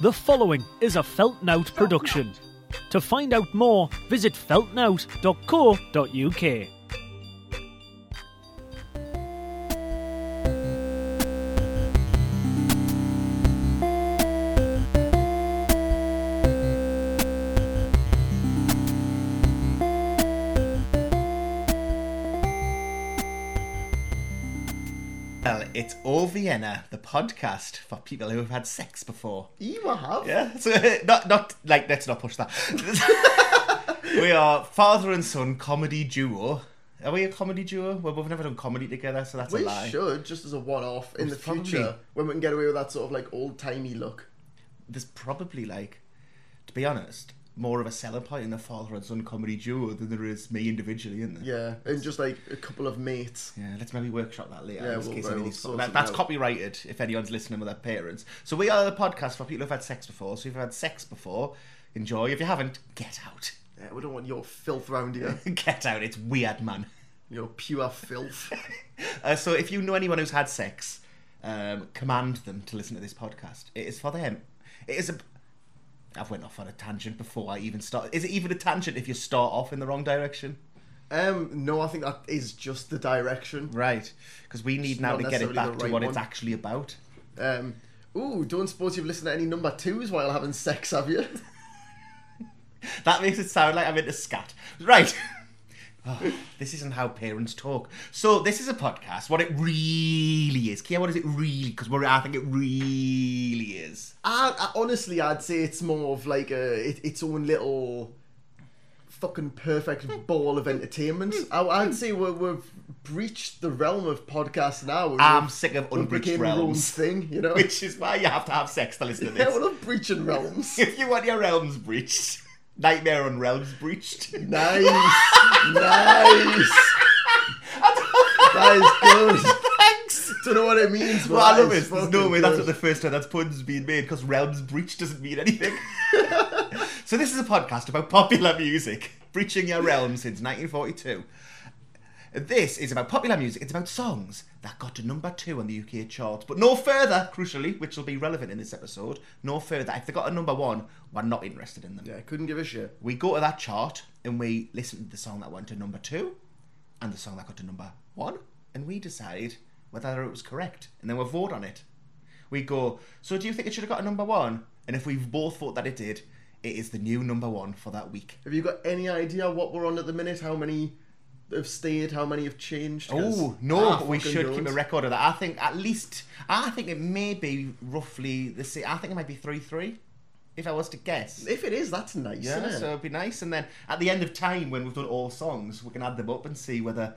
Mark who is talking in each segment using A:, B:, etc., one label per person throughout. A: The following is a Feltnout production. To find out more, visit feltnout.co.uk.
B: Well, it's O Vienna, the podcast for people who have had sex before.
C: You have?
B: Yeah, so not not like let's not push that. we are father and son comedy duo. Are we a comedy duo? Well, we've never done comedy together, so that's
C: We
B: a lie.
C: should, just as a one off in the
B: Probably.
C: future, when we can get away with that sort of like old timey look.
B: There's probably like, to be honest, more of a selling point in the father and son comedy duo than there is me individually, isn't there?
C: Yeah, and just like a couple of mates.
B: Yeah, let's maybe workshop that later.
C: Yeah,
B: in this
C: we'll-
B: case
C: we'll
B: anything's-
C: sort
B: that-
C: it
B: that's
C: out.
B: copyrighted if anyone's listening with their parents. So we are the podcast for people who've had sex before. So if you've had sex before, enjoy. If you haven't, get out.
C: Yeah, we don't want your filth round here.
B: Get out. It's weird, man.
C: your pure filth.
B: Uh, so if you know anyone who's had sex, um, command them to listen to this podcast. It is for them. It is a. I've went off on a tangent before I even start. Is it even a tangent if you start off in the wrong direction?
C: Um, no, I think that is just the direction.
B: Right, because we need now to
C: not
B: get it
C: necessarily
B: back
C: the
B: to
C: right
B: what it's
C: one.
B: actually about.
C: Um, ooh, don't suppose you've listened to any number twos while having sex, have you?
B: That makes it sound like I'm into scat. Right. Oh, this isn't how parents talk. So this is a podcast. What it really is, Kia, what is it really? Because I think it really is.
C: I, I honestly, I'd say it's more of like a it, its own little
B: Hmm.
C: fucking perfect ball of entertainment. I, I'd say we're, we've breached the realm of podcasts now. and
B: I'm
C: we've-
B: sick of
C: we've
B: unbridged
C: became our own
B: realms,
C: thing, you know.
B: which is why you have to have sex to listen to
C: yeah, we're
B: this.
C: not breaching realms.
B: If you want your realms breached, nightmare on realms breached.
C: nice, nice. that is good.
B: Thanks.
C: Don't know what it means. but
B: Well, I
C: that
B: love
C: is
B: it. There's no
C: fucking
B: way that's not
C: good.
B: the first time that's pun's been made because realms breach doesn't mean anything. so this is a podcast about popular music, breaching your realm since 1942. This is about popular music. It's about songs that got to number two on the UK charts, but no further. Crucially, which will be relevant in this episode, no further. If they got a number one, we're not interested in them.
C: Yeah, couldn't give a shit.
B: We go to that chart and we listen to the song that went to number two and the song that got to number one, and we decide whether it was correct, and then we vote on it. We go, so do you think it should have got a number one? And if we've both thought that it did, it is the new number one for that week.
C: Have you got any idea what we're on at the minute? How many have stayed? How many have changed? 'Cause
B: Oh no!
C: I
B: but we
C: Ah, fucking
B: should
C: don't.
B: keep a record of that. I think at least I think it may be roughly the same. I think it might be three three, if I was to guess.
C: If it is, that's nice,
B: Yeah,
C: isn't it?
B: so it'd be nice. And then at the end of time, when we've done all songs, we can add them up and see whether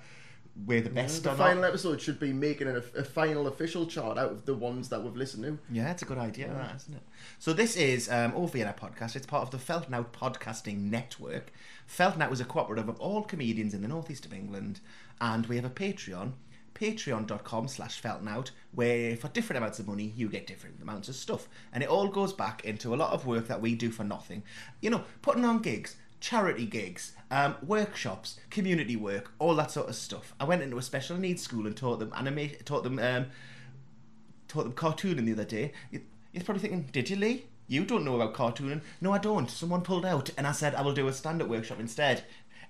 B: we're the best
C: the
B: or
C: final
B: not.
C: episode should be making a, a final official chart out of the ones that we've listened to.
B: Yeah, it's a good idea, that, isn't it? So this is um, All Vienna Podcast. It's part of the Feltnout Podcasting Network. Feltnout is a cooperative of all comedians in the northeast of England, and we have a Patreon, patreon.com slash feltnout, where for different amounts of money, you get different amounts of stuff. And it all goes back into a lot of work that we do for nothing. You know, putting on gigs, charity gigs, um, workshops, community work, all that sort of stuff. I went into a special needs school and taught them anima- taught them um, taught them cartooning the other day. You- You're probably thinking, did you, Lee? You don't know about cartooning. No, I don't. Someone pulled out, and I said I will do a stand-up workshop instead.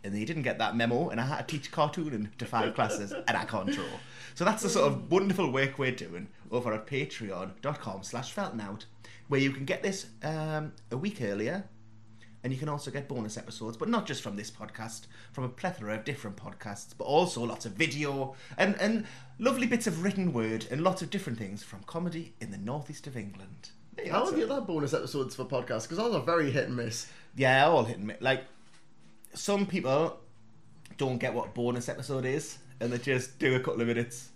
B: And they didn't get that memo, and I had to teach cartooning to five classes, and I can't draw. So that's the sort of wonderful work we're doing over at patreon.com slash feltnout, where you can get this um, a week earlier, and you can also get bonus episodes, but not just from this podcast, from a plethora of different podcasts, but also lots of video and, and lovely bits of written word and lots of different things from comedy in the northeast of England. Yeah,
C: How
B: that's
C: have you
B: it.
C: had bonus episodes for podcasts? Because ours are very hit and miss.
B: Yeah, all hit and miss. Like, some people don't get what a bonus episode is, and they just do a couple of minutes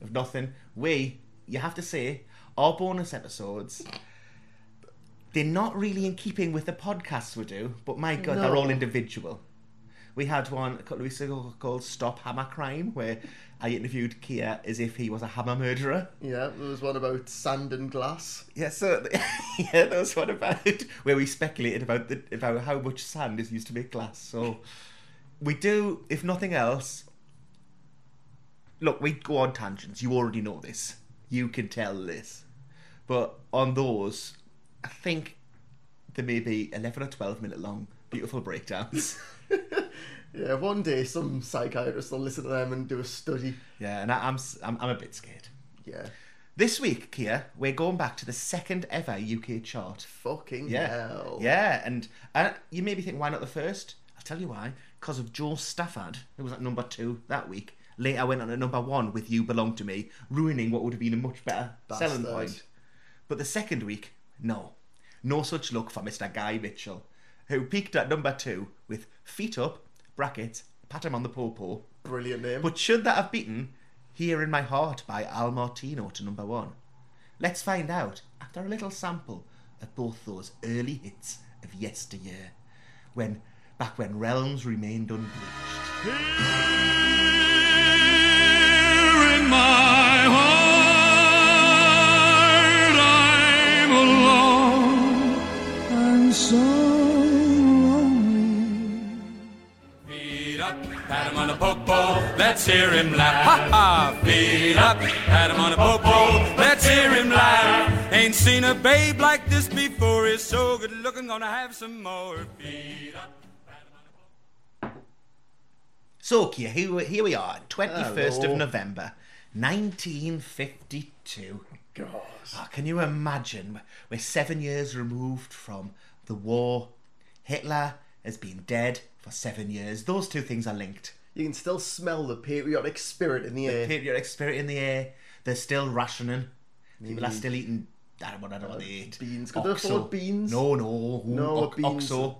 B: of nothing. We, you have to say, our bonus episodes. They're not really in keeping with the podcasts we do, but my god, they're
C: No.
B: all individual. We had one a couple of weeks ago called "Stop Hammer Crime," where I interviewed Kia as if he was a hammer murderer.
C: Yeah, there was one about sand and glass.
B: Yeah, so yeah, that was one about where we speculated about the about how much sand is used to make glass. So we do, if nothing else. Look, we go on tangents. You already know this. You can tell this, but on those, think there may be 11 or 12 minute long beautiful breakdowns.
C: Yeah, one day some psychiatrist will listen to them and do a study.
B: yeah, and I, I'm, s- I'm, I'm a bit scared.
C: Yeah.
B: This week, Kia, we're going back to the second ever UK chart.
C: Fucking
B: Yeah.
C: hell.
B: Yeah, and uh, you maybe think, why not the first? I'll tell you why. Because of Joel Stafford, who was at number two that week. Later went on to number one with You Belong to Me, ruining what would have been a much better selling
C: Bastard.
B: point. But the second week, no. No such luck for Mr. Guy Mitchell, who peaked at number two with Feet Up, brackets, Pat Him on the Paw Paw.
C: Brilliant name.
B: But should that have beaten Here in My Heart by Al Martino to number one? Let's find out after a little sample of both those early hits of yesteryear, when back when realms remained unbleached.
D: Here in my heart I'm alone. I'm so lonely.
E: Feet up, pat him on the popo, let's hear him laugh. Ha ha! Feet up, pat him on the popo, let's hear him laugh. Ain't seen a babe like this before, he's so good looking, gonna have some more. Feet up.
B: So, Kia, here we- here we are, 21st
C: Hello.
B: of November, 1952.
C: God.
B: Ah, can you imagine? We're seven years removed from the war. Hitler has been dead for seven years. Those two things are linked.
C: You can still smell the patriotic spirit in the air.
B: patriotic spirit in the air. They're still rationing. People are still eating. I don't, know- I don't know what they ate.
C: uh, beans. Could they afford beans?
B: No, no. Ooh,
C: No,
B: ox-
C: beans.
B: Oxo.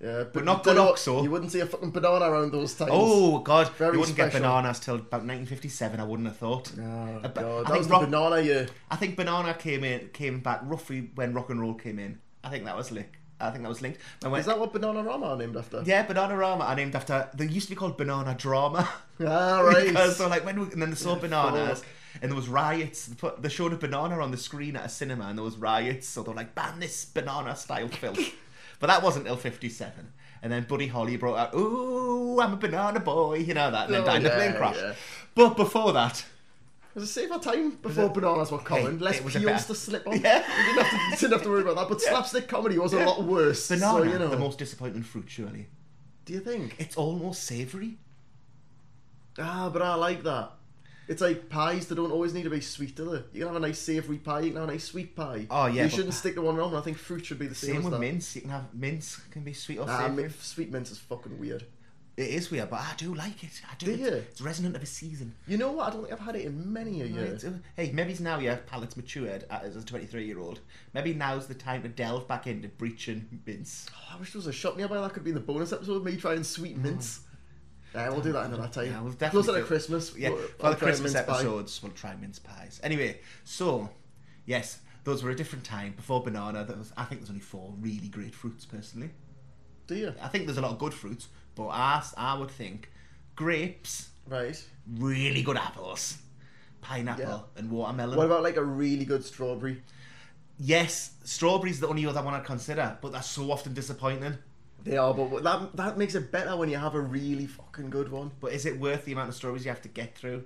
C: yeah, but
B: not
C: you
B: good
C: don't-
B: oxo.
C: You wouldn't see a fucking banana around those times.
B: Oh God!
C: Very
B: you wouldn't get
C: special.
B: bananas till about 1957. I wouldn't have thought.
C: Oh,
B: Uh, but
C: God.
B: I
C: That was
B: think,
C: the
B: rock,
C: banana year.
B: I think banana came in, came back roughly when rock and roll came in. I think that was linked. I think that was linked. And when-
C: Is that what Banana Rama are named after?
B: yeah, Banana Rama are named after. They used to be called Banana Drama.
C: Ah, right.
B: because they're like when we, and then they saw bananas
C: fuck.
B: and there was riots. They, put, they showed a banana on the screen at a cinema and there was riots. So they're like ban this banana style film. but that wasn't till fifty seven. And then Buddy Holly brought out "Ooh, I'm a banana boy," you know that, and then
C: Oh,
B: died in a
C: yeah,
B: plane crash.
C: yeah.
B: But before that,
C: It was a safer time before bananas were common.
B: Hey,
C: Less
B: it was a
C: peels
B: better-
C: to slip on.
B: Yeah.
C: You didn't have to, didn't have to worry about that. But slapstick comedy was a lot worse.
B: banana,
C: so, you know.
B: the most disappointing fruit, surely.
C: Do you think?
B: It's almost savoury.
C: Ah, but I like that. It's like pies, they don't always need to be sweet, do they? You can have a nice savoury pie, you can have a nice sweet pie.
B: Oh, yeah,
C: You
B: but-
C: shouldn't stick to one wrong, I think fruit should be the same,
B: Same
C: as
B: with
C: that.
B: mince. You can have mince can be sweet or
C: Ah,
B: savoury.
C: mi- sweet mince is fucking weird.
B: it is weird, but I do like it. I do.
C: Do
B: it's,
C: you?
B: it's resonant of a season.
C: You know what? I don't think I've had it in many a year.
B: Right. Hey, maybe now your palate's matured as a 23 year old. Maybe now's the time to delve back into breaching mints.
C: I wish there was a shop nearby that could be in the bonus episode of me trying sweet mints. Oh, Yeah, we'll do that another time.
B: Mm. Yeah, we'll
C: Close
B: definitely
C: to
B: do-
C: Christmas.
B: Yeah,
C: we'll-
B: for
C: I'll
B: the
C: try a
B: Christmas
C: mince pie.
B: episodes, we'll try mince pies. Anyway, so, yes, those were a different time. Before banana, there was, I think there's only four really great fruits, personally.
C: Do you?
B: I think there's a lot of good fruits, but I, s- I would think grapes,
C: Right.
B: really good apples, pineapple,
C: Yeah.
B: and watermelon.
C: What about like a really good strawberry?
B: yes, strawberries the only other one I'd consider, but that's so often disappointing.
C: They are, but that that makes it better when you have a really fucking good one.
B: But is it worth the amount of stories you have to get through?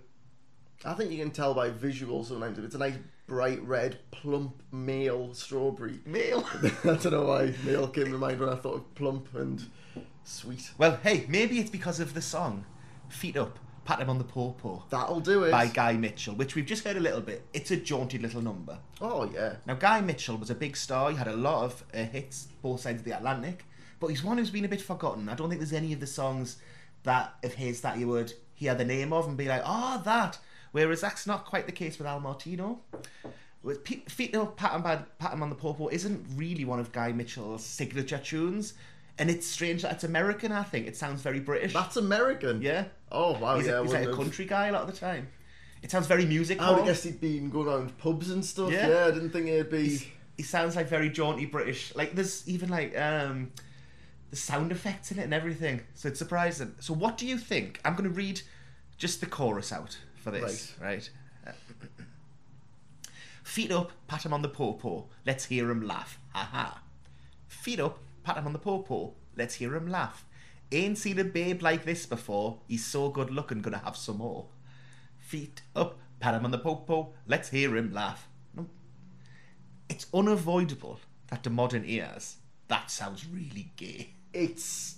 C: I think you can tell by visual sometimes if it's a nice bright red plump male strawberry.
B: Meal.
C: I don't know why male came to mind when I thought of plump and sweet.
B: well, hey, maybe it's because of the song Feet Up, Pat Him on the Paw Paw
C: That'll do it.
B: by Guy Mitchell, which we've just heard a little bit. It's a jaunty little number.
C: oh yeah.
B: Now, Guy Mitchell was a big star. He had a lot of uh, hits both sides of the Atlantic, but he's one who's been a bit forgotten. I don't think there's any of the songs that of his that you would hear the name of and be like, "Ah, that." Whereas that's not quite the case with Al Martino. With Pe- Feet Up, Pat 'em by Pat 'em on the Popo isn't really one of Guy Mitchell's signature tunes, and it's strange that it's American. I think it sounds very British.
C: That's American.
B: yeah,
C: Oh wow.
B: he's,
C: yeah.
B: a, he's like a
C: wouldn't have-
B: country guy a lot of the time. It sounds very musical.
C: I would have guessed he'd been going around pubs and stuff.
B: Yeah.
C: Yeah. I didn't think it'd be.
B: he sounds like very jaunty British. Like there's even like um the sound effects in it and everything. So it's surprising. So what do you think? I'm going to read just the chorus out for this, right? Feet up, pat him on the paw paw. Let's hear him laugh. Ha ha. Feet up, pat him on the paw paw. Let's hear him laugh. Ain't seen a babe like this before. He's so good looking, gonna have some more. Feet up, pat him on the paw paw. Let's hear him laugh. No, it's unavoidable that to modern ears, that sounds really gay.
C: It's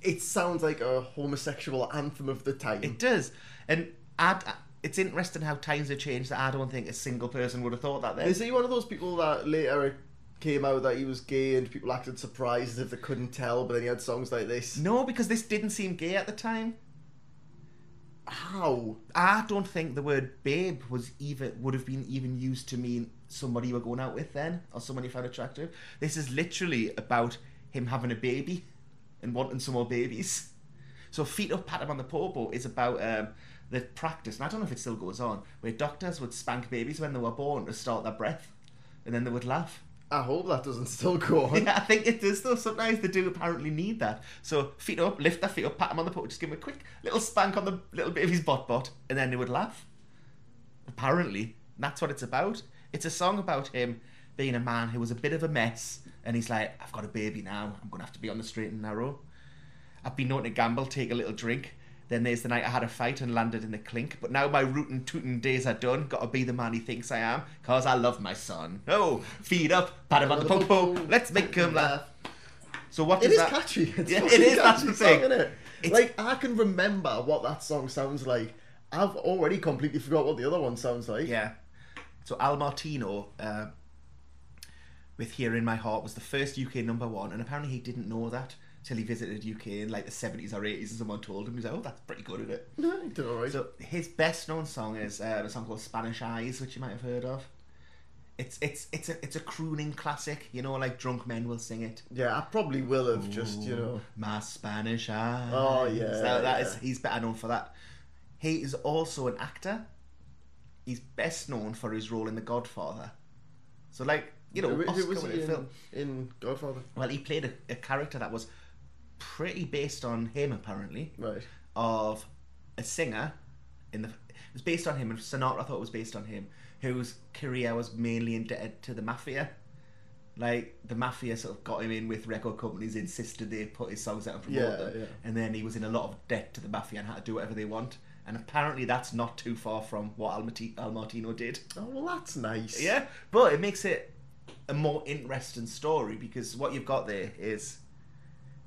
C: it sounds like a homosexual anthem of the time.
B: It does. And I'd, it's interesting how times have changed that I don't think a single person would have thought that then.
C: Is he one of those people that later it came out that he was gay and people acted surprised as if they couldn't tell, but then he had songs like this?
B: No, because this didn't seem gay at the time.
C: How?
B: I don't think the word babe was even would have been even used to mean somebody you were going out with then or someone you found attractive. This is literally about him having a baby and wanting some more babies. So feet up, pat him on the popo is about um, the practice, and I don't know if it still goes on, where doctors would spank babies when they were born to start their breath, and then they would laugh.
C: I hope that doesn't still go on.
B: Yeah, I think it does though. Sometimes they do apparently need that. So feet up, lift their feet up, pat them on the popo, just give them a quick little spank on the little bit of his bot bot, and then they would laugh. Apparently, that's what it's about. It's a song about him being a man who was a bit of a mess, and he's like, I've got a baby now. I'm gonna have to be on the straight and narrow. I've been known to gamble, take a little drink. Then there's the night I had a fight and landed in the clink. But now my rootin' tootin' days are done. Gotta be the man he thinks I am, cause I love my son. Oh, feed up, pat him on the popo, let's make him laugh. So what
C: It
B: does
C: is
B: that...
C: catchy. It's
B: Yeah,
C: yeah,
B: it is, that's
C: Catchy
B: the
C: song,
B: thing.
C: isn't it?
B: It's-
C: Like I can remember what that song sounds like. I've already completely forgot what the other one sounds like.
B: Yeah. So Al Martino uh, with "Here in My Heart" was the first UK number one, and apparently he didn't know that till he visited UK in like the seventies or eighties, and someone told him. He's like, "Oh, that's pretty good, isn't it?"
C: No, you did all right.
B: So his best known song is uh, a song called "Spanish Eyes," which you might have heard of. It's it's it's a it's a crooning classic, you know, like drunk men will sing it.
C: yeah, I probably will have just you know.
B: My Spanish eyes.
C: Oh, yeah,
B: So that
C: yeah.
B: is- he's better known for that. He is also an actor. He's best known for his role in The Godfather. So like you know,
C: Who- who
B: Oscar
C: was he
B: winning
C: in,
B: film.
C: in Godfather?
B: Well, he played a, a character that was pretty based on him apparently,
C: Right.
B: of a singer. In the it was based on him, and Sinatra thought it was based on him, whose career was mainly indebted to the mafia. Like the mafia sort of got him in with record companies, insisted they put his songs out and promote
C: Yeah,
B: them,
C: yeah.
B: and then he was in a lot of debt to the mafia and had to do whatever they want. And apparently, that's not too far from what Al, Mati- Al Martino did.
C: Oh well, that's nice.
B: Yeah, but it makes it a more interesting story because what you've got there is,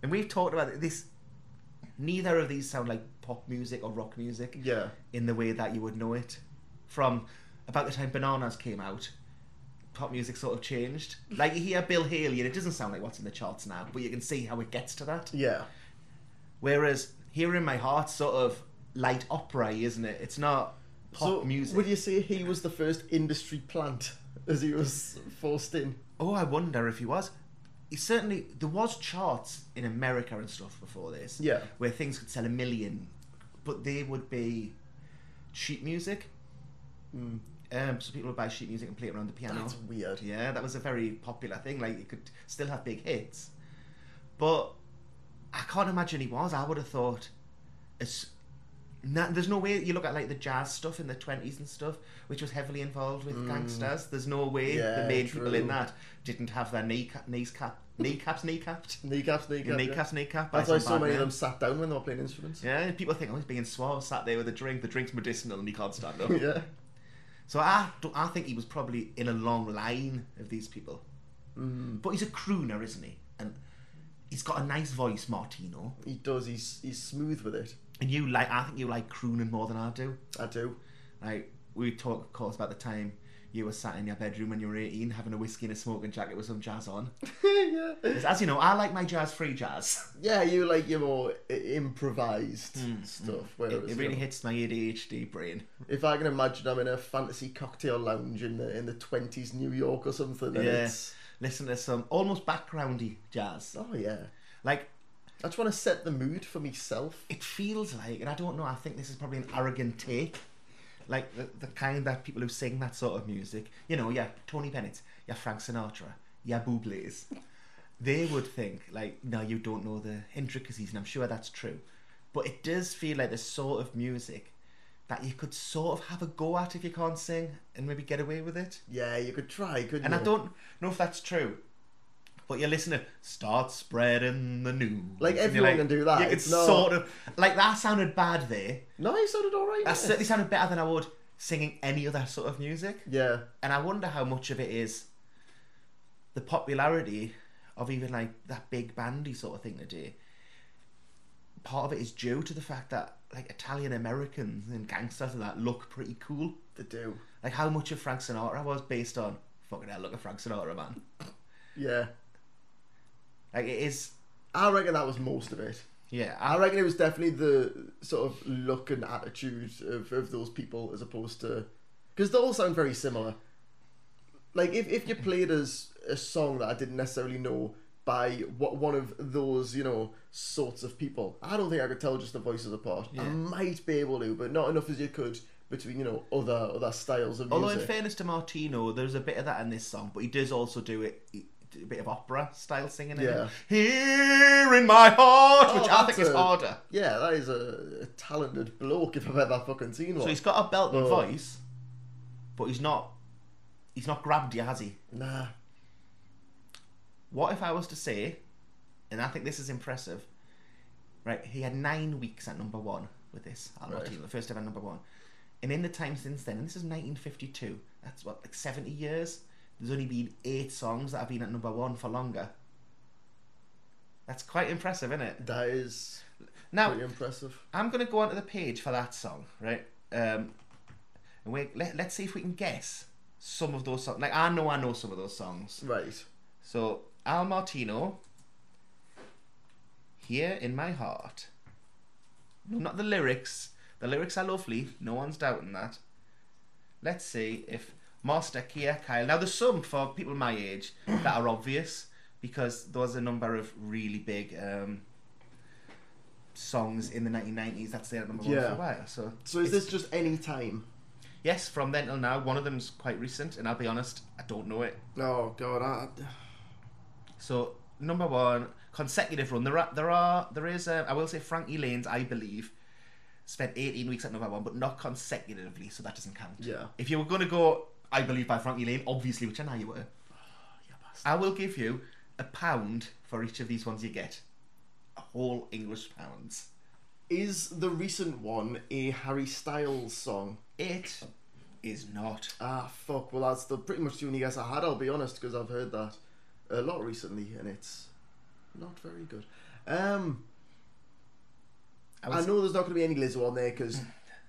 B: and we've talked about this. Neither of these sound like pop music or rock music.
C: Yeah.
B: In the way that you would know it, from about the time Bananas came out, pop music sort of changed. Like you hear Bill Haley, and it doesn't sound like what's in the charts now, but you can see how it gets to that.
C: Yeah.
B: Whereas here in my heart, sort of light opera, isn't it? It's not pop
C: so
B: music.
C: would you say he was the first industry plant as he was forced in?
B: Oh, I wonder if he was. He certainly there was charts in America and stuff before this.
C: Yeah.
B: Where things could sell a million, but they would be sheet music. Um, so people would buy sheet music and play it around the piano.
C: Mm. That's weird.
B: Yeah, that was a very popular thing. Like you could still have big hits, but I can't imagine he was. I would have thought, it's, no, there's no way you look at like the jazz stuff in the twenties and stuff, which was heavily involved with gangsters. There's no way the
C: Mm. Yeah,
B: main people in
C: true.
B: that didn't have their knee ca- knees cap kneecaps kneecapped.
C: Kneecaps,
B: Your kneecaps
C: kneecaps.
B: kneecapped. by
C: That's why
B: some
C: so
B: bad
C: many of
B: man.
C: them sat down when they were playing instruments.
B: Yeah, and people think, oh, he's being suave, sat there with a drink. The drink's medicinal, and he can't stand up.
C: yeah.
B: So I, don't- I think he was probably in a long line of these people.
C: Mm-hmm.
B: But he's a crooner, isn't he? And he's got a nice voice, Martino.
C: He does. He's he's smooth with it.
B: And you like, I think you like crooning more than I do.
C: I do.
B: Like we talk, of course, about the time you were sat in your bedroom when you were 18, having a whiskey and a smoking jacket with some jazz on.
C: yeah.
B: 'Cause as you know, I like my jazz free jazz.
C: Yeah, you like your more i- improvised stuff. Whereas
B: Hmm. It, it really
C: you know,
B: hits my ADHD brain.
C: if I can imagine I'm in a fantasy cocktail lounge in the in the twenties New York or something, then
B: Yes.
C: it's
B: Listen to some almost backgroundy jazz.
C: oh yeah.
B: Like
C: I just want to set the mood for myself.
B: it feels like, and I don't know, I think this is probably an arrogant take, like the, the kind that people who sing that sort of music, you know, yeah, Tony Bennett, yeah, Frank Sinatra, yeah, Bublé's, they would think, like, no, you don't know the intricacies, and I'm sure that's true. But it does feel like the sort of music that you could sort of have a go at if you can't sing and maybe get away with it.
C: Yeah, you could try, couldn't
B: And
C: you?
B: I don't know if that's true. But your listener start spreading the news.
C: Like,
B: And you're
C: everyone can do that.
B: You can
C: It's not-
B: sort of like that sounded bad there.
C: No, you sounded alright.
B: That certainly sounded better than I would singing any other sort of music.
C: Yeah.
B: And I wonder how much of it is the popularity of even like that big bandy sort of thing today, part of it is due to the fact that like Italian Americans and gangsters and that look pretty cool.
C: They do.
B: Like how much of Frank Sinatra was based on fucking hell, look at Frank Sinatra, man.
C: Yeah.
B: Like it is,
C: I reckon that was most of it.
B: yeah.
C: I reckon it was definitely the sort of look and attitude of, of those people as opposed to. Because they all sound very similar. Like, if, if you played as a song that I didn't necessarily know by what one of those, you know, sorts of people, I don't think I could tell just the voices apart. I
B: Yeah.
C: might be able to, but not enough as you could between, you know, other other styles of
B: Although,
C: music.
B: in fairness to Martino, there's a bit of that in this song, but he does also do it. he- A bit of opera style singing, in
C: Yeah.
B: it. Here in my heart,
C: Oh,
B: which I
C: that's
B: think is
C: a-
B: harder.
C: Yeah, that is a, a talented bloke if I've ever fucking seen one.
B: So he's got a belt and
C: Oh.
B: voice, but he's not. He's not grabbed you, has he?
C: nah.
B: What if I was to say, and I think this is impressive, right? He had nine weeks at number one with this album,
C: Right.
B: the first ever number one. And in the time since then, and this is 1952, that's what, like 70 years, there's only been eight songs that have been at number one for longer. That's quite impressive, isn't it?
C: That is
B: Now,
C: pretty impressive.
B: I'm going to go onto the page for that song, right? Um, and we, let, let's see if we can guess some of those songs. Like, I know I know some of those songs.
C: Right.
B: So Al Martino, here in my heart. No, not the lyrics. The lyrics are lovely. No one's doubting that. Let's see if Master Kia Kyle. Now there's some for people my age that are obvious because there was a number of really big um, songs in the 1990s that's their number one
C: Yeah.
B: for a while. So
C: So is
B: it's-
C: this just any time?
B: yes from then till now? One of them's quite recent, and I'll be honest, I don't know it.
C: Oh god, I,
B: So number one consecutive run. There are there are there is um, I will say Frankie Lane's I believe spent 18 weeks at number one, but not consecutively, so that doesn't count.
C: Yeah.
B: If you were going to go I believe by Frankie Lane, obviously, which I know you were, I will give you a pound for each of these ones you get. A whole English pounds.
C: is the recent one a Harry Styles song?
B: It is not.
C: Ah fuck. Well, that's the pretty much the only guess I had. I'll be honest, because I've heard that a lot recently, and it's not very good. Um,
B: I,
C: I
B: was,
C: know there's not going to be any Lizzo on there because.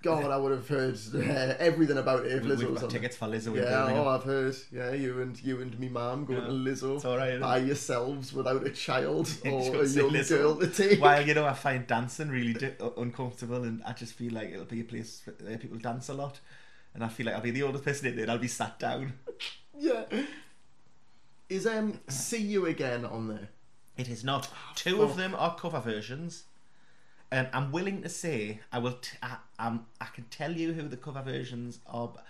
C: God, I would have heard uh, everything about it if Lizzo
B: we've
C: was
B: got
C: on there.
B: tickets for Lizzo. in
C: Yeah,
B: Birmingham.
C: oh, I've heard. Yeah, you and you and me, mum, going
B: Yeah,
C: to Lizzo
B: it's all right, isn't
C: by yourselves without a child or Oh, a
B: Just say
C: young
B: Lizzo.
C: girl to take.
B: While you know, I find dancing really di- u- uncomfortable, and I just feel like it'll be a place where people dance a lot, and I feel like I'll be the oldest person in there. and I'll be sat down.
C: Yeah. Is um see you again on there?
B: It is not.
C: Oh,
B: Two of them are cover versions. Um, I'm willing to say I will. T- I, um, I can tell you who the cover versions are, b-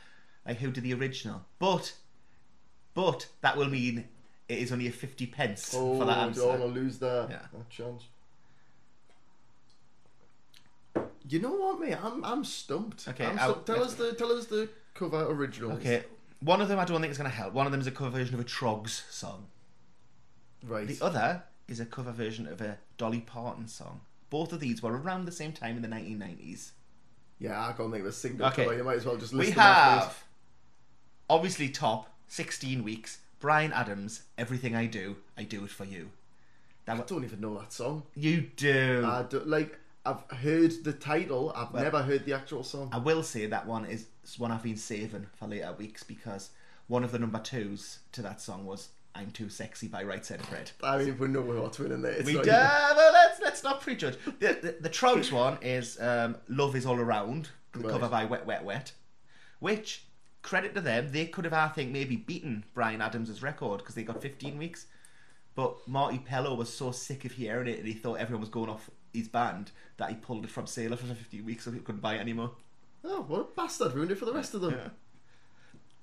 B: like who did the original. But, but that will mean it is only a fifty pence
C: Oh,
B: for that
C: I
B: answer.
C: don't want to lose that
B: Yeah.
C: that chance. You know what, mate? I'm I'm stumped.
B: Okay,
C: I'm
B: I'll-
C: stumped. tell
B: let's-
C: us the tell us the cover originals.
B: Okay, one of them I don't think is going to help. One of them is a cover version of a Trogs song.
C: right.
B: The other is a cover version of a Dolly Parton song. Both of these were around the same time in the 1990s.
C: yeah, I can't think of a single
B: Okay.
C: cover. You might as well just
B: We
C: list them off, mate.
B: have, obviously, top 16 weeks. Brian Adams, Everything I Do, I Do It For You. That
C: I
B: one,
C: don't even know that song.
B: you do.
C: I don't, like I've heard the title. I've never heard the actual song.
B: I will say that one is is one I've been saving for later weeks because one of the number twos to that song was I'm Too Sexy by Right Said Fred.
C: I mean, we know what's winning there. It's
B: We
C: not
B: do.
C: even-
B: well, let's let's not prejudge. The the, the Trogs one is um, "Love Is All Around," the
C: Right.
B: cover by Wet Wet Wet, which credit to them, they could have I think maybe beaten Brian Adams' record because they got 15 weeks, but Marty Pello was so sick of hearing it and he thought everyone was going off his band that he pulled it from sale after 15 weeks so he couldn't buy it anymore.
C: Oh, what a bastard! Ruined it for the rest of them.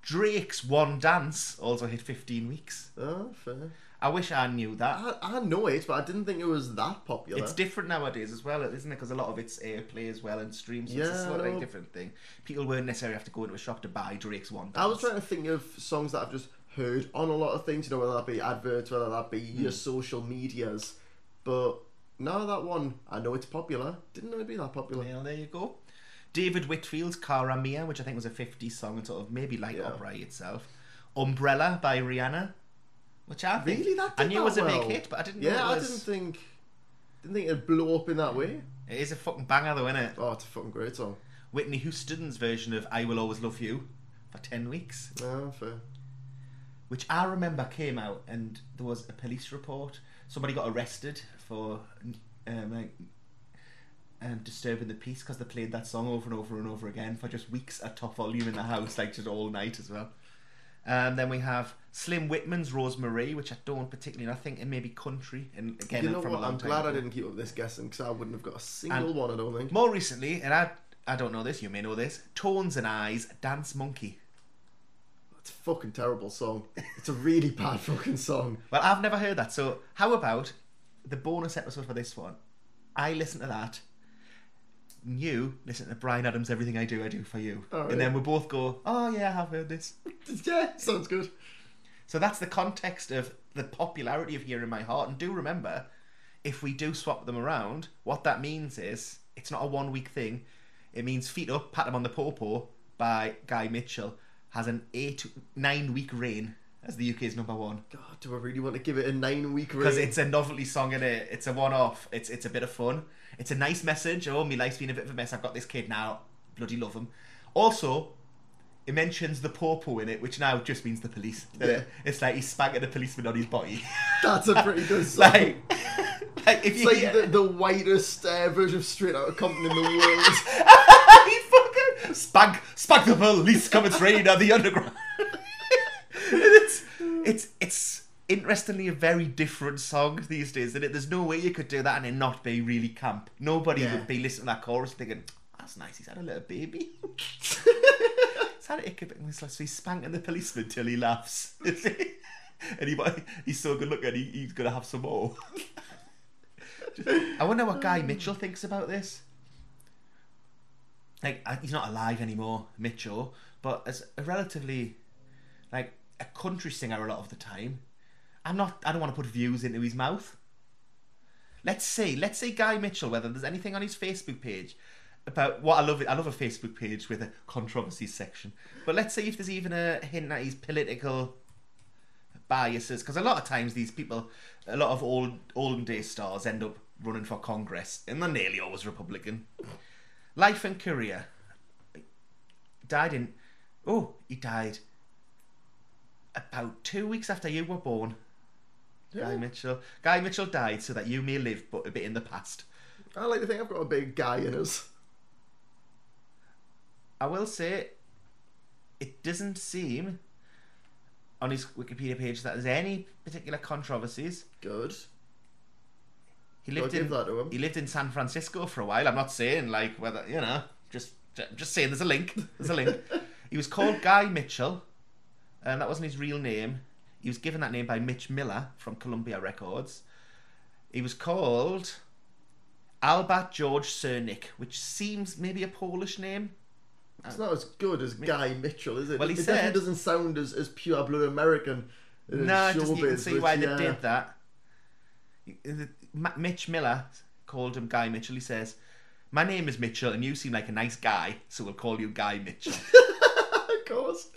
B: Drake's "One Dance" also hit 15 weeks.
C: Oh, fair.
B: I wish I knew that.
C: I, I know it, but I didn't think it was that popular.
B: It's different nowadays as well, isn't it? Because a lot of it's airplay as well and streams. So it's a
C: Yeah, I
B: slightly
C: know.
B: different thing. People won't necessarily have to go into a shop to buy Drake's one.
C: I was
B: Dance.
C: trying to think of songs that I've just heard on a lot of things, you know, whether that be adverts, whether that be
B: Hmm.
C: your social medias. But now that one, I know it's popular. Didn't know it'd be that popular.
B: Well, there you go. David Whitfield's Cara Mia, which I think was a 50s song and sort of maybe like
C: Yeah.
B: opera itself. Umbrella by Rihanna Which I think,
C: Really, that
B: I
C: did
B: knew
C: that
B: it was a
C: well.
B: big hit, but I didn't.
C: Yeah,
B: know it
C: I
B: was-
C: didn't think didn't think it'd blow up in that way.
B: It is a fucking banger, though, isn't it?
C: Oh, it's a fucking great song.
B: Whitney Houston's version of "I Will Always Love You" for ten weeks,
C: No, fair.
B: which I remember came out, and there was a police report. Somebody got arrested for um, like, um, disturbing the peace because they played that song over and over and over again for just weeks at top volume in the house, like just all night as well. And then we have Slim Whitman's "Rosemary," which I don't particularly. I think it may be country, and again
C: You know
B: from
C: what?
B: a long
C: I'm
B: time
C: glad I
B: ago.
C: didn't keep up this guessing because I wouldn't have got a single
B: And-
C: one. I don't think.
B: More recently, and I I don't know this, you may know this. Tones and Eyes, Dance Monkey.
C: It's a fucking terrible song. It's a really bad fucking song.
B: Well, I've never heard that. So, how about the bonus episode for this one? I listen to that. And you listen to Brian Adams' Everything I Do, I Do for You.
C: Oh,
B: and
C: yeah.
B: then we both go, oh, yeah, I have heard this.
C: Yeah, sounds good.
B: So, that's the context of the popularity of Here in My Heart. And do remember, if we do swap them around, what that means is it's not a one week thing. It means Feet Up, Pat 'Em on the Popo by Guy Mitchell has an eight, nine week reign as the UK's number one.
C: God, Oh, do I really want to give it a nine week
B: because
C: rating?
B: it's a novelty song in it. It's a one-off. It's it's a bit of fun. It's a nice message. Oh, my life's been a bit of a mess. I've got this kid now. Bloody love him. Also, it mentions the popo in it, which now just means the police. doesn't it? It's like he's spanking a policeman on his body.
C: That's a pretty good song.
B: like, like if
C: it's
B: you
C: like
B: hear-
C: the, the whitest uh, version of Straight Outta Compton in the world.
B: you fucker! Spank, spank the police, come and rain on the underground. And it's, it's, it's interestingly a very different song these days, and it? There's no way you could do that and it not be really camp. Nobody
C: Yeah.
B: would be listening to that chorus thinking, that's nice, he's had a little baby. he's had a ick a bit in so he's spanking the policeman till he laughs. and he, might- he's so good looking, he, he's going to have some more. I wonder what Guy Mitchell thinks about this like uh, he's not alive anymore, Mitchell, but as a relatively like a country singer a lot of the time, I'm not. I don't want to put views into his mouth. Let's see. Let's see, Guy Mitchell, whether there's anything on his Facebook page about what I love. I love a Facebook page with a controversies section, but let's see if there's even a hint at his political biases because a lot of times these people a lot of old olden day stars end up running for congress and they're nearly always republican Life and career. Died in. Oh, he died about two weeks after you were born. Guy Mitchell. Guy Mitchell died so that you may live, but a bit in the past.
C: I like to think I've got a big guy in us.
B: I will say, it doesn't seem on his Wikipedia page that there's any particular controversies.
C: Good.
B: He lived
C: give
B: in
C: that to him.
B: he lived in San Francisco for a while. I'm not saying like whether you know, just I'm just saying there's a link. There's a link. he was called Guy Mitchell, and that wasn't his real name. He was given that name by Mitch Miller from Columbia Records. He was called Albert George Cernik, which seems maybe a Polish name.
C: It's not as good as Guy Mitchell, is it?
B: Well, he
C: it definitely
B: said-
C: doesn't sound as, as pure blue American. uh,
B: No, I just you can
C: showbiz,
B: see
C: which,
B: why
C: yeah.
B: they did that. M- Mitch Miller called him Guy Mitchell. He says, "My name is Mitchell, and you seem like a nice guy, so we'll call you Guy Mitchell."
C: Of course.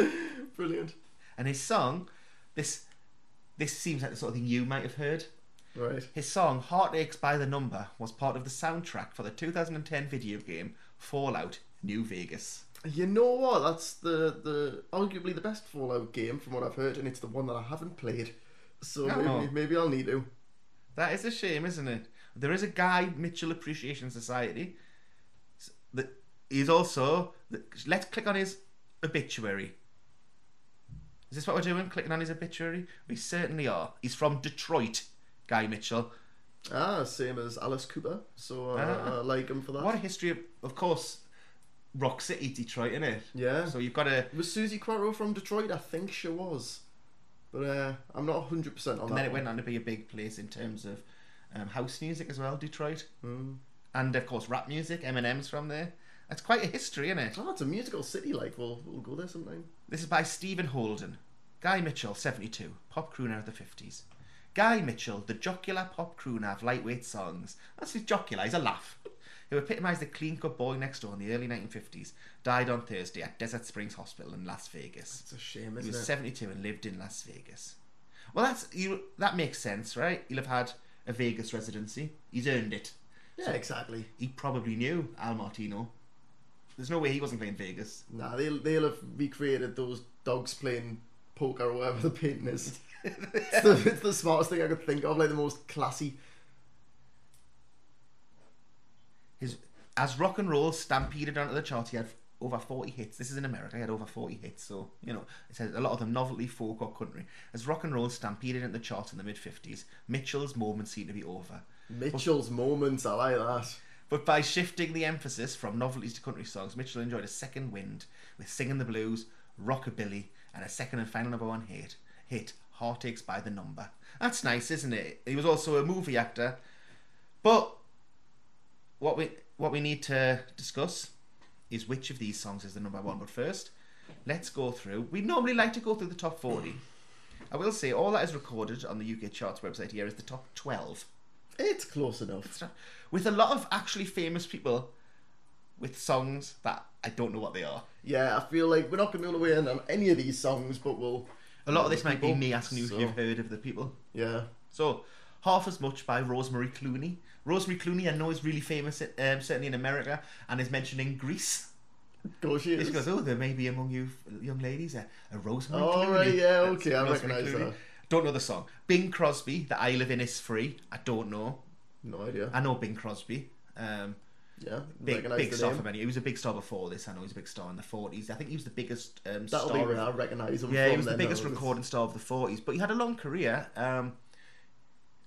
C: Brilliant.
B: and his song, this this seems like the sort of thing you might have heard.
C: Right.
B: His song "Heartaches by the Number" was part of the soundtrack for the 2010 video game Fallout New Vegas.
C: You know what? That's the, the arguably the best Fallout game from what I've heard, and it's the one that I haven't played. So
B: Oh.
C: maybe, maybe I'll need to.
B: That is a shame, isn't it? There is a Guy Mitchell Appreciation Society. S- That is also. that- Let's click on his obituary. Is this what we're doing? Clicking on his obituary? We certainly are. He's from Detroit, Guy Mitchell.
C: Ah, same as Alice Cooper. So uh,
B: Ah.
C: I like him for that.
B: What a history of, of course, Rock City, Detroit, innit?
C: Yeah.
B: So you've got to.
C: Was Susie Quattro from Detroit? I think she was. But uh, I'm not 100% on that.
B: And then it
C: one.
B: went on to be a big place in terms of um, house music as well, Detroit.
C: Mm.
B: And of course, rap music. Eminem's from there. That's quite a history, isn't it?
C: Oh, it's a musical city, like, we'll, we'll go there sometime.
B: This is by Stephen Holden. Guy Mitchell, 72, pop crooner of the 50s. Guy Mitchell, the jocular pop crooner of lightweight songs. That's his jocular, he's a laugh. Who epitomised the clean cut boy next door in the early 1950s, died on Thursday at Desert Springs Hospital in Las Vegas.
C: It's a shame,
B: He
C: isn't
B: was
C: it?
B: 72 and lived in Las Vegas. Well, that's you. That makes sense, right? He'll have had a Vegas residency. He's earned it.
C: Yeah, exactly.
B: He probably knew Al Martino. There's no way he wasn't playing Vegas.
C: Nah, they'll, they'll have recreated those dogs playing poker or whatever the painting is. it's, the, it's the smartest thing I could think of, like the most classy.
B: His as rock and roll stampeded onto the charts, he had over 40 hits. This is in America. He had over 40 hits, so you know it says a lot of them novelty, folk, or country. As rock and roll stampeded into the charts in the mid 50s, Mitchell's moment seemed to be over.
C: Mitchell's moments, I like that.
B: But by shifting the emphasis from novelties to country songs, Mitchell enjoyed a second wind with Singing the Blues, Rockabilly, and a second and final number one hit, hit Heartaches by the Number. That's nice, isn't it? He was also a movie actor. But what we what we need to discuss is which of these songs is the number one. But first, let's go through. We normally like to go through the top 40. I will say all that is recorded on the UK Charts website here is the top 12
C: It's close enough.
B: with a lot of actually famous people with songs that I don't know what they are.
C: Yeah, I feel like we're not going to be able to win on any of these songs, but we'll.
B: A lot of this might be
C: People.
B: me asking you
C: So-
B: if you've heard of the people.
C: Yeah.
B: So, Half as Much by Rosemary Clooney. Rosemary Clooney, I know, is really famous, um, certainly in America, and is mentioned in Greece.
C: Go she
B: She
C: is.
B: goes, Oh, there may be among you f- young ladies a, a Rosemary
C: Oh,
B: Clooney.
C: right, yeah,
B: That's
C: okay, I
B: Rosemary
C: recognise
B: Clooney.
C: that.
B: Don't know the song. Bing Crosby, The Isle of Innis Free. I don't know.
C: No idea.
B: I know Bing Crosby. Um,
C: yeah.
B: big
C: recognise
B: big
C: the
B: star
C: name.
B: for many. He was a big star before this. I know he was a big star in the forties. I think he was the biggest um,
C: That'll
B: star.
C: be where I recognise him
B: yeah,
C: from
B: he was the
C: then,
B: biggest
C: though, 'cause-
B: recording star of the forties. But he had a long career. Um,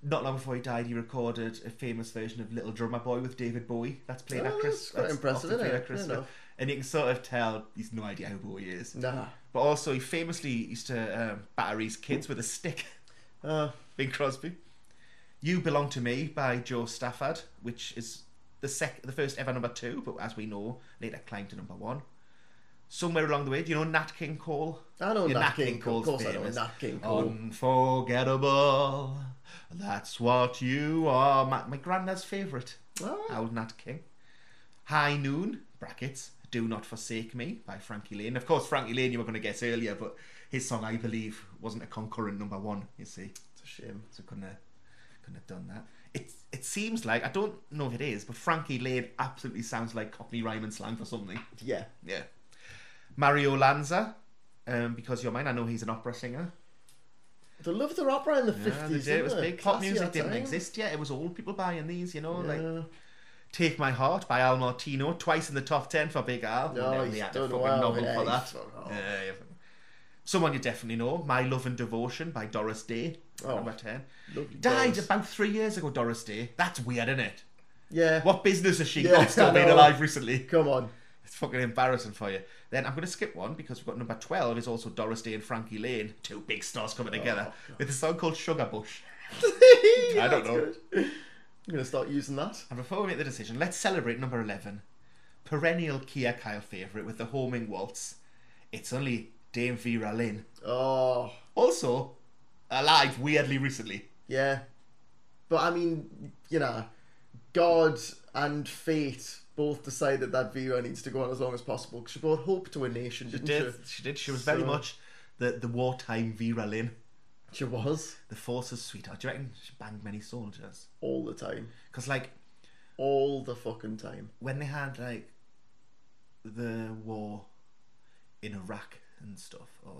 B: not long before he died, he recorded a famous version of "Little Drummer Boy" with David Bowie. That's played
C: Oh,
B: at Chris.
C: that's quite impressive,
B: often
C: isn't
B: played
C: it?
B: at Chris-
C: Fair enough.
B: And you can sort of tell he's no idea who Bowie is.
C: Nah.
B: But also, he famously used to um, batter his kids with a stick.
C: Uh,
B: Bing Crosby. You Belong to Me by Joe Stafford, which is the sec- the first ever number two, but as we know, later climbed to number one. Somewhere along the way, do you know Nat King Cole?
C: I know
B: Yeah,
C: Nat King Cole, of
B: Cole's
C: course I know
B: famous.
C: Nat King Cole.
B: Unforgettable. That's what you are. My, my granddad's favourite.
C: Oh.
B: Old Nat King. High Noon, brackets, Do Not Forsake Me by Frankie Lane. Of course, Frankie Lane you were going to guess earlier, but his song, I Believe, wasn't a concurrent number one, you see
C: it's a shame.
B: so couldn't have couldn't have done that. It it seems like I don't know if it is, but Frankie Lane absolutely sounds like Cockney rhyme and slang for something.
C: Yeah.
B: Yeah, Mario Lanza, um, because you're mine. I know he's an opera singer.
C: They loved their opera in the
B: Yeah, they
C: fifties.
B: did. It was big. Pop music didn't exist yet. It was old people buying these. You know, like "Take My Heart" by Al Martino, twice in the top ten for Big Al.
C: No,
B: Whenever
C: Oh, he's
B: he had a
C: done
B: fucking
C: well,
B: novel
C: yeah,
B: for
C: he's
B: that.
C: fuck off.
B: Yeah, yeah. Someone you definitely know, "My Love and Devotion" by Doris Day,
C: Oh.
B: number ten.
C: Lovely
B: Died
C: Doris.
B: about three years ago, Doris Day. That's weird, isn't it?
C: yeah.
B: What business has she
C: Yeah,
B: got still
C: I
B: being
C: know.
B: alive recently?
C: Come on.
B: It's fucking embarrassing for you. Then I'm going to skip one because we've got number 12 is also Doris Day and Frankie Lane, two big stars coming
C: Oh,
B: together, with a song called Sugar Bush. I don't
C: That's
B: know.
C: good. I'm gonna start using that.
B: And before we make the decision, let's celebrate number 11. Perennial Kia Kyle favourite with the homing waltz. It's only Dame Vera Lynn.
C: Oh,
B: Also, alive weirdly recently.
C: yeah. But I mean, you know, God and fate both decided that Vera needs to go on as long as possible because she brought hope to a nation,
B: She
C: didn't
B: did.
C: she?
B: She did. She was very
C: So-
B: much the, the wartime Vera Lynn.
C: She was
B: The forces sweetheart. Do you reckon she banged many soldiers?
C: all the time,
B: Because, like,
C: all the fucking time.
B: when they had like the war in Iraq and stuff, or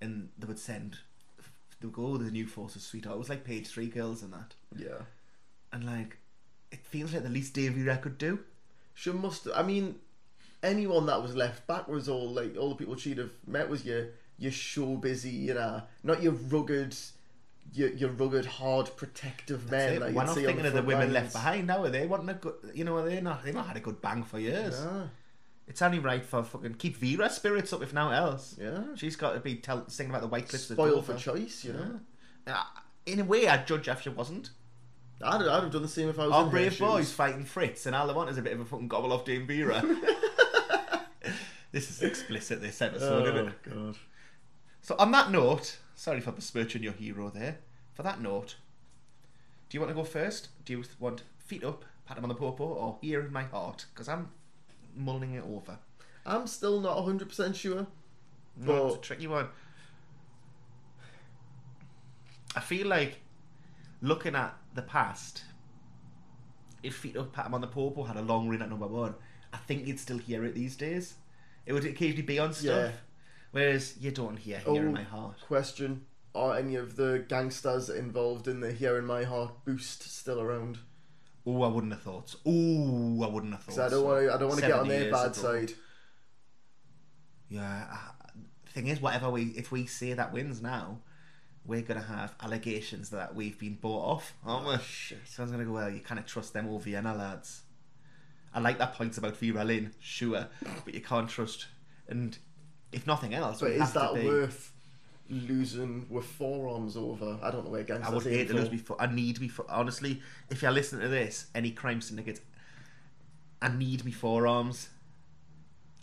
B: and they would send they would go "Oh, the new forces sweetheart. It was like page three girls and that,
C: Yeah.
B: and like it feels like the least Davy Rack could do.
C: She must. I mean, anyone that was left back was all like all the people she'd have met was your your show busy, you know, not your rugged, your your rugged, hard, protective men.
B: They-
C: like
B: We're
C: you'd
B: not
C: see on
B: thinking of the
C: front
B: women
C: lines.
B: left behind now, are they? Wanting a good, you know, are they not? They not had a good bang for years.
C: Ah,
B: It's only right for fucking keep Vera spirits up if now else.
C: Yeah.
B: she's got to be tell, singing about the white cliffs. of
C: spoiled for
B: Dover.
C: choice, you know.
B: Uh, In a way, I'd judge her if she wasn't.
C: I'd, I'd have done the same if I was.
B: Our
C: in
B: brave
C: her
B: boys
C: shoes.
B: fighting Fritz, and all I want is a bit of a fucking gobble off Dame Vera. this is explicit, this episode, isn't
C: Oh
B: it?
C: god.
B: So, on that note, sorry for besmirching your hero there. For that note, do you want to go first? Do you want feet up, pat him on the popo, or here in my heart? Because I'm mulling it over.
C: I'm still not 100 percent sure,
B: No, it's a
C: But-
B: tricky one. I feel like looking at the past, if Feet Up Pat 'em on the Popo had a long run at number one, I think you'd still hear it these days. It would occasionally be on stuff.
C: Yeah. Oh,
B: Whereas you don't hear Here in My Heart.
C: Question: Are any of the gangsters involved in the "Here in My Heart" boost still around?
B: Oh, I wouldn't have thought. Oh, I wouldn't have thought.
C: 'Cause I don't
B: so.
C: want to. I don't want to get on
B: 70
C: their
B: years
C: bad
B: ago.
C: side.
B: Yeah. I, thing is, whatever we if we say that wins now, we're gonna have allegations that we've been bought off, aren't
C: Oh,
B: we? Someone's gonna go, well, you can't trust them all Vienna lads. I like that point about Vera Lynn, sure, but you can't trust. And if nothing else,
C: But
B: we
C: is
B: have
C: that
B: to be,
C: worth losing with forearms over? I don't know where gangsters.
B: I would hate to
C: aim
B: lose
C: for.
B: before. I need me for honestly. If you're listening to this, any crime syndicates, I need me forearms.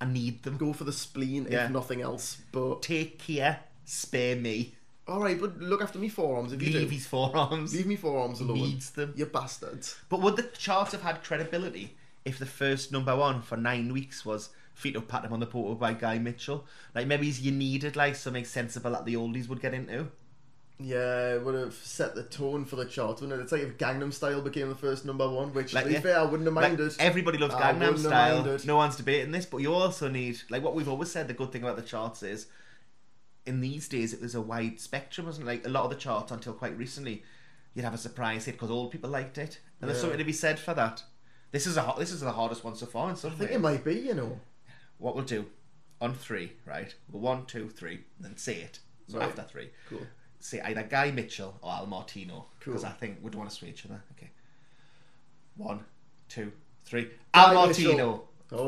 B: I need them.
C: Go for the spleen
B: Yeah.
C: if nothing else. But
B: Take care. Spare me.
C: all right, but look after me forearms if you
B: Leave
C: do.
B: his forearms.
C: Leave me forearms alone.
B: needs them.
C: You bastards.
B: But would the charts have had credibility if the first number one for nine weeks was Feet Up Pat 'Em on the Portal by Guy Mitchell? Like maybe you needed like something sensible that the oldies would get into.
C: Yeah, it would have set the tone for the chart, wouldn't it? It's like if Gangnam Style became the first number one, which,
B: Like,
C: to be
B: yeah.
C: fair, I wouldn't have
B: Like,
C: minded.
B: everybody loves Gangnam
C: I wouldn't have
B: Style.
C: minded.
B: No one's debating this, but you also need like what we've always said. The good thing about the charts is, in these days, it was a wide spectrum, wasn't it? Like a lot of the charts until quite recently, you'd have a surprise hit because old people liked it, and there's
C: Yeah.
B: something to be said for that. This is a ho- this is the hardest one so far in some
C: I think
B: ways.
C: it might be, you know.
B: what we'll do on three, right? We'll one, two, three, and then say it. So
C: Right.
B: after three,
C: Cool.
B: say either Guy Mitchell or Al Martino, because
C: Cool.
B: I think we'd want to sway each other. Okay. One, two, three.
C: Guy
B: Al Martino.
C: Mitchell. Oh,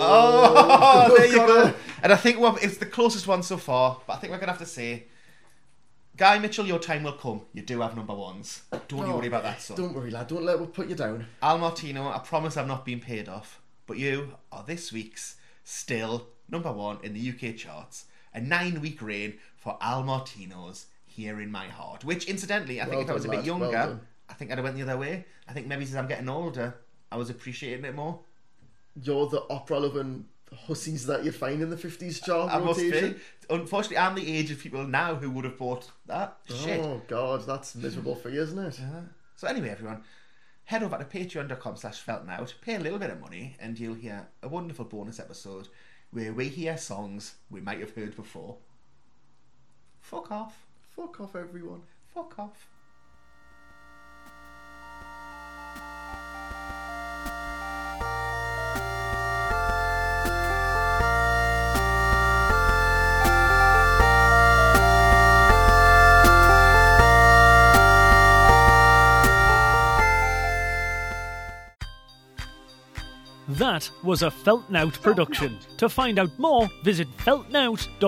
B: Oh, there you
C: got
B: go.
C: it.
B: And I think well, it's the closest one so far, but I think we're gonna have to say, Guy Mitchell, your time will come. You do have number ones. Don't you
C: No,
B: worry about that, son.
C: Oh, Don't worry, lad. Don't let what put you down.
B: Al Martino, I promise I've not been paid off, but you are this week's still number one in the UK charts. A nine week reign for Al Martino's Here in My Heart, which incidentally, I think
C: Well
B: if I was a
C: done,
B: bit
C: lad.
B: younger,
C: Well done.
B: I think I'd have went the other way. I think maybe since I'm getting older, I was appreciating it more.
C: You're the opera-loving hussies that you find in the 50s chart
B: I must be.
C: rotation.
B: Unfortunately, I'm the age of people now who would have bought that shit. Hmm.
C: Oh, God, that's miserable for you, isn't it?
B: So anyway, everyone, head over to patreon.com slash feltnout, pay a little bit of money, and you'll hear a wonderful bonus episode where we hear songs we might have heard before. Fuck off.
C: Fuck off, everyone.
B: Fuck off.
A: That was a Feltnout production. To find out more, visit feltnout.co.uk.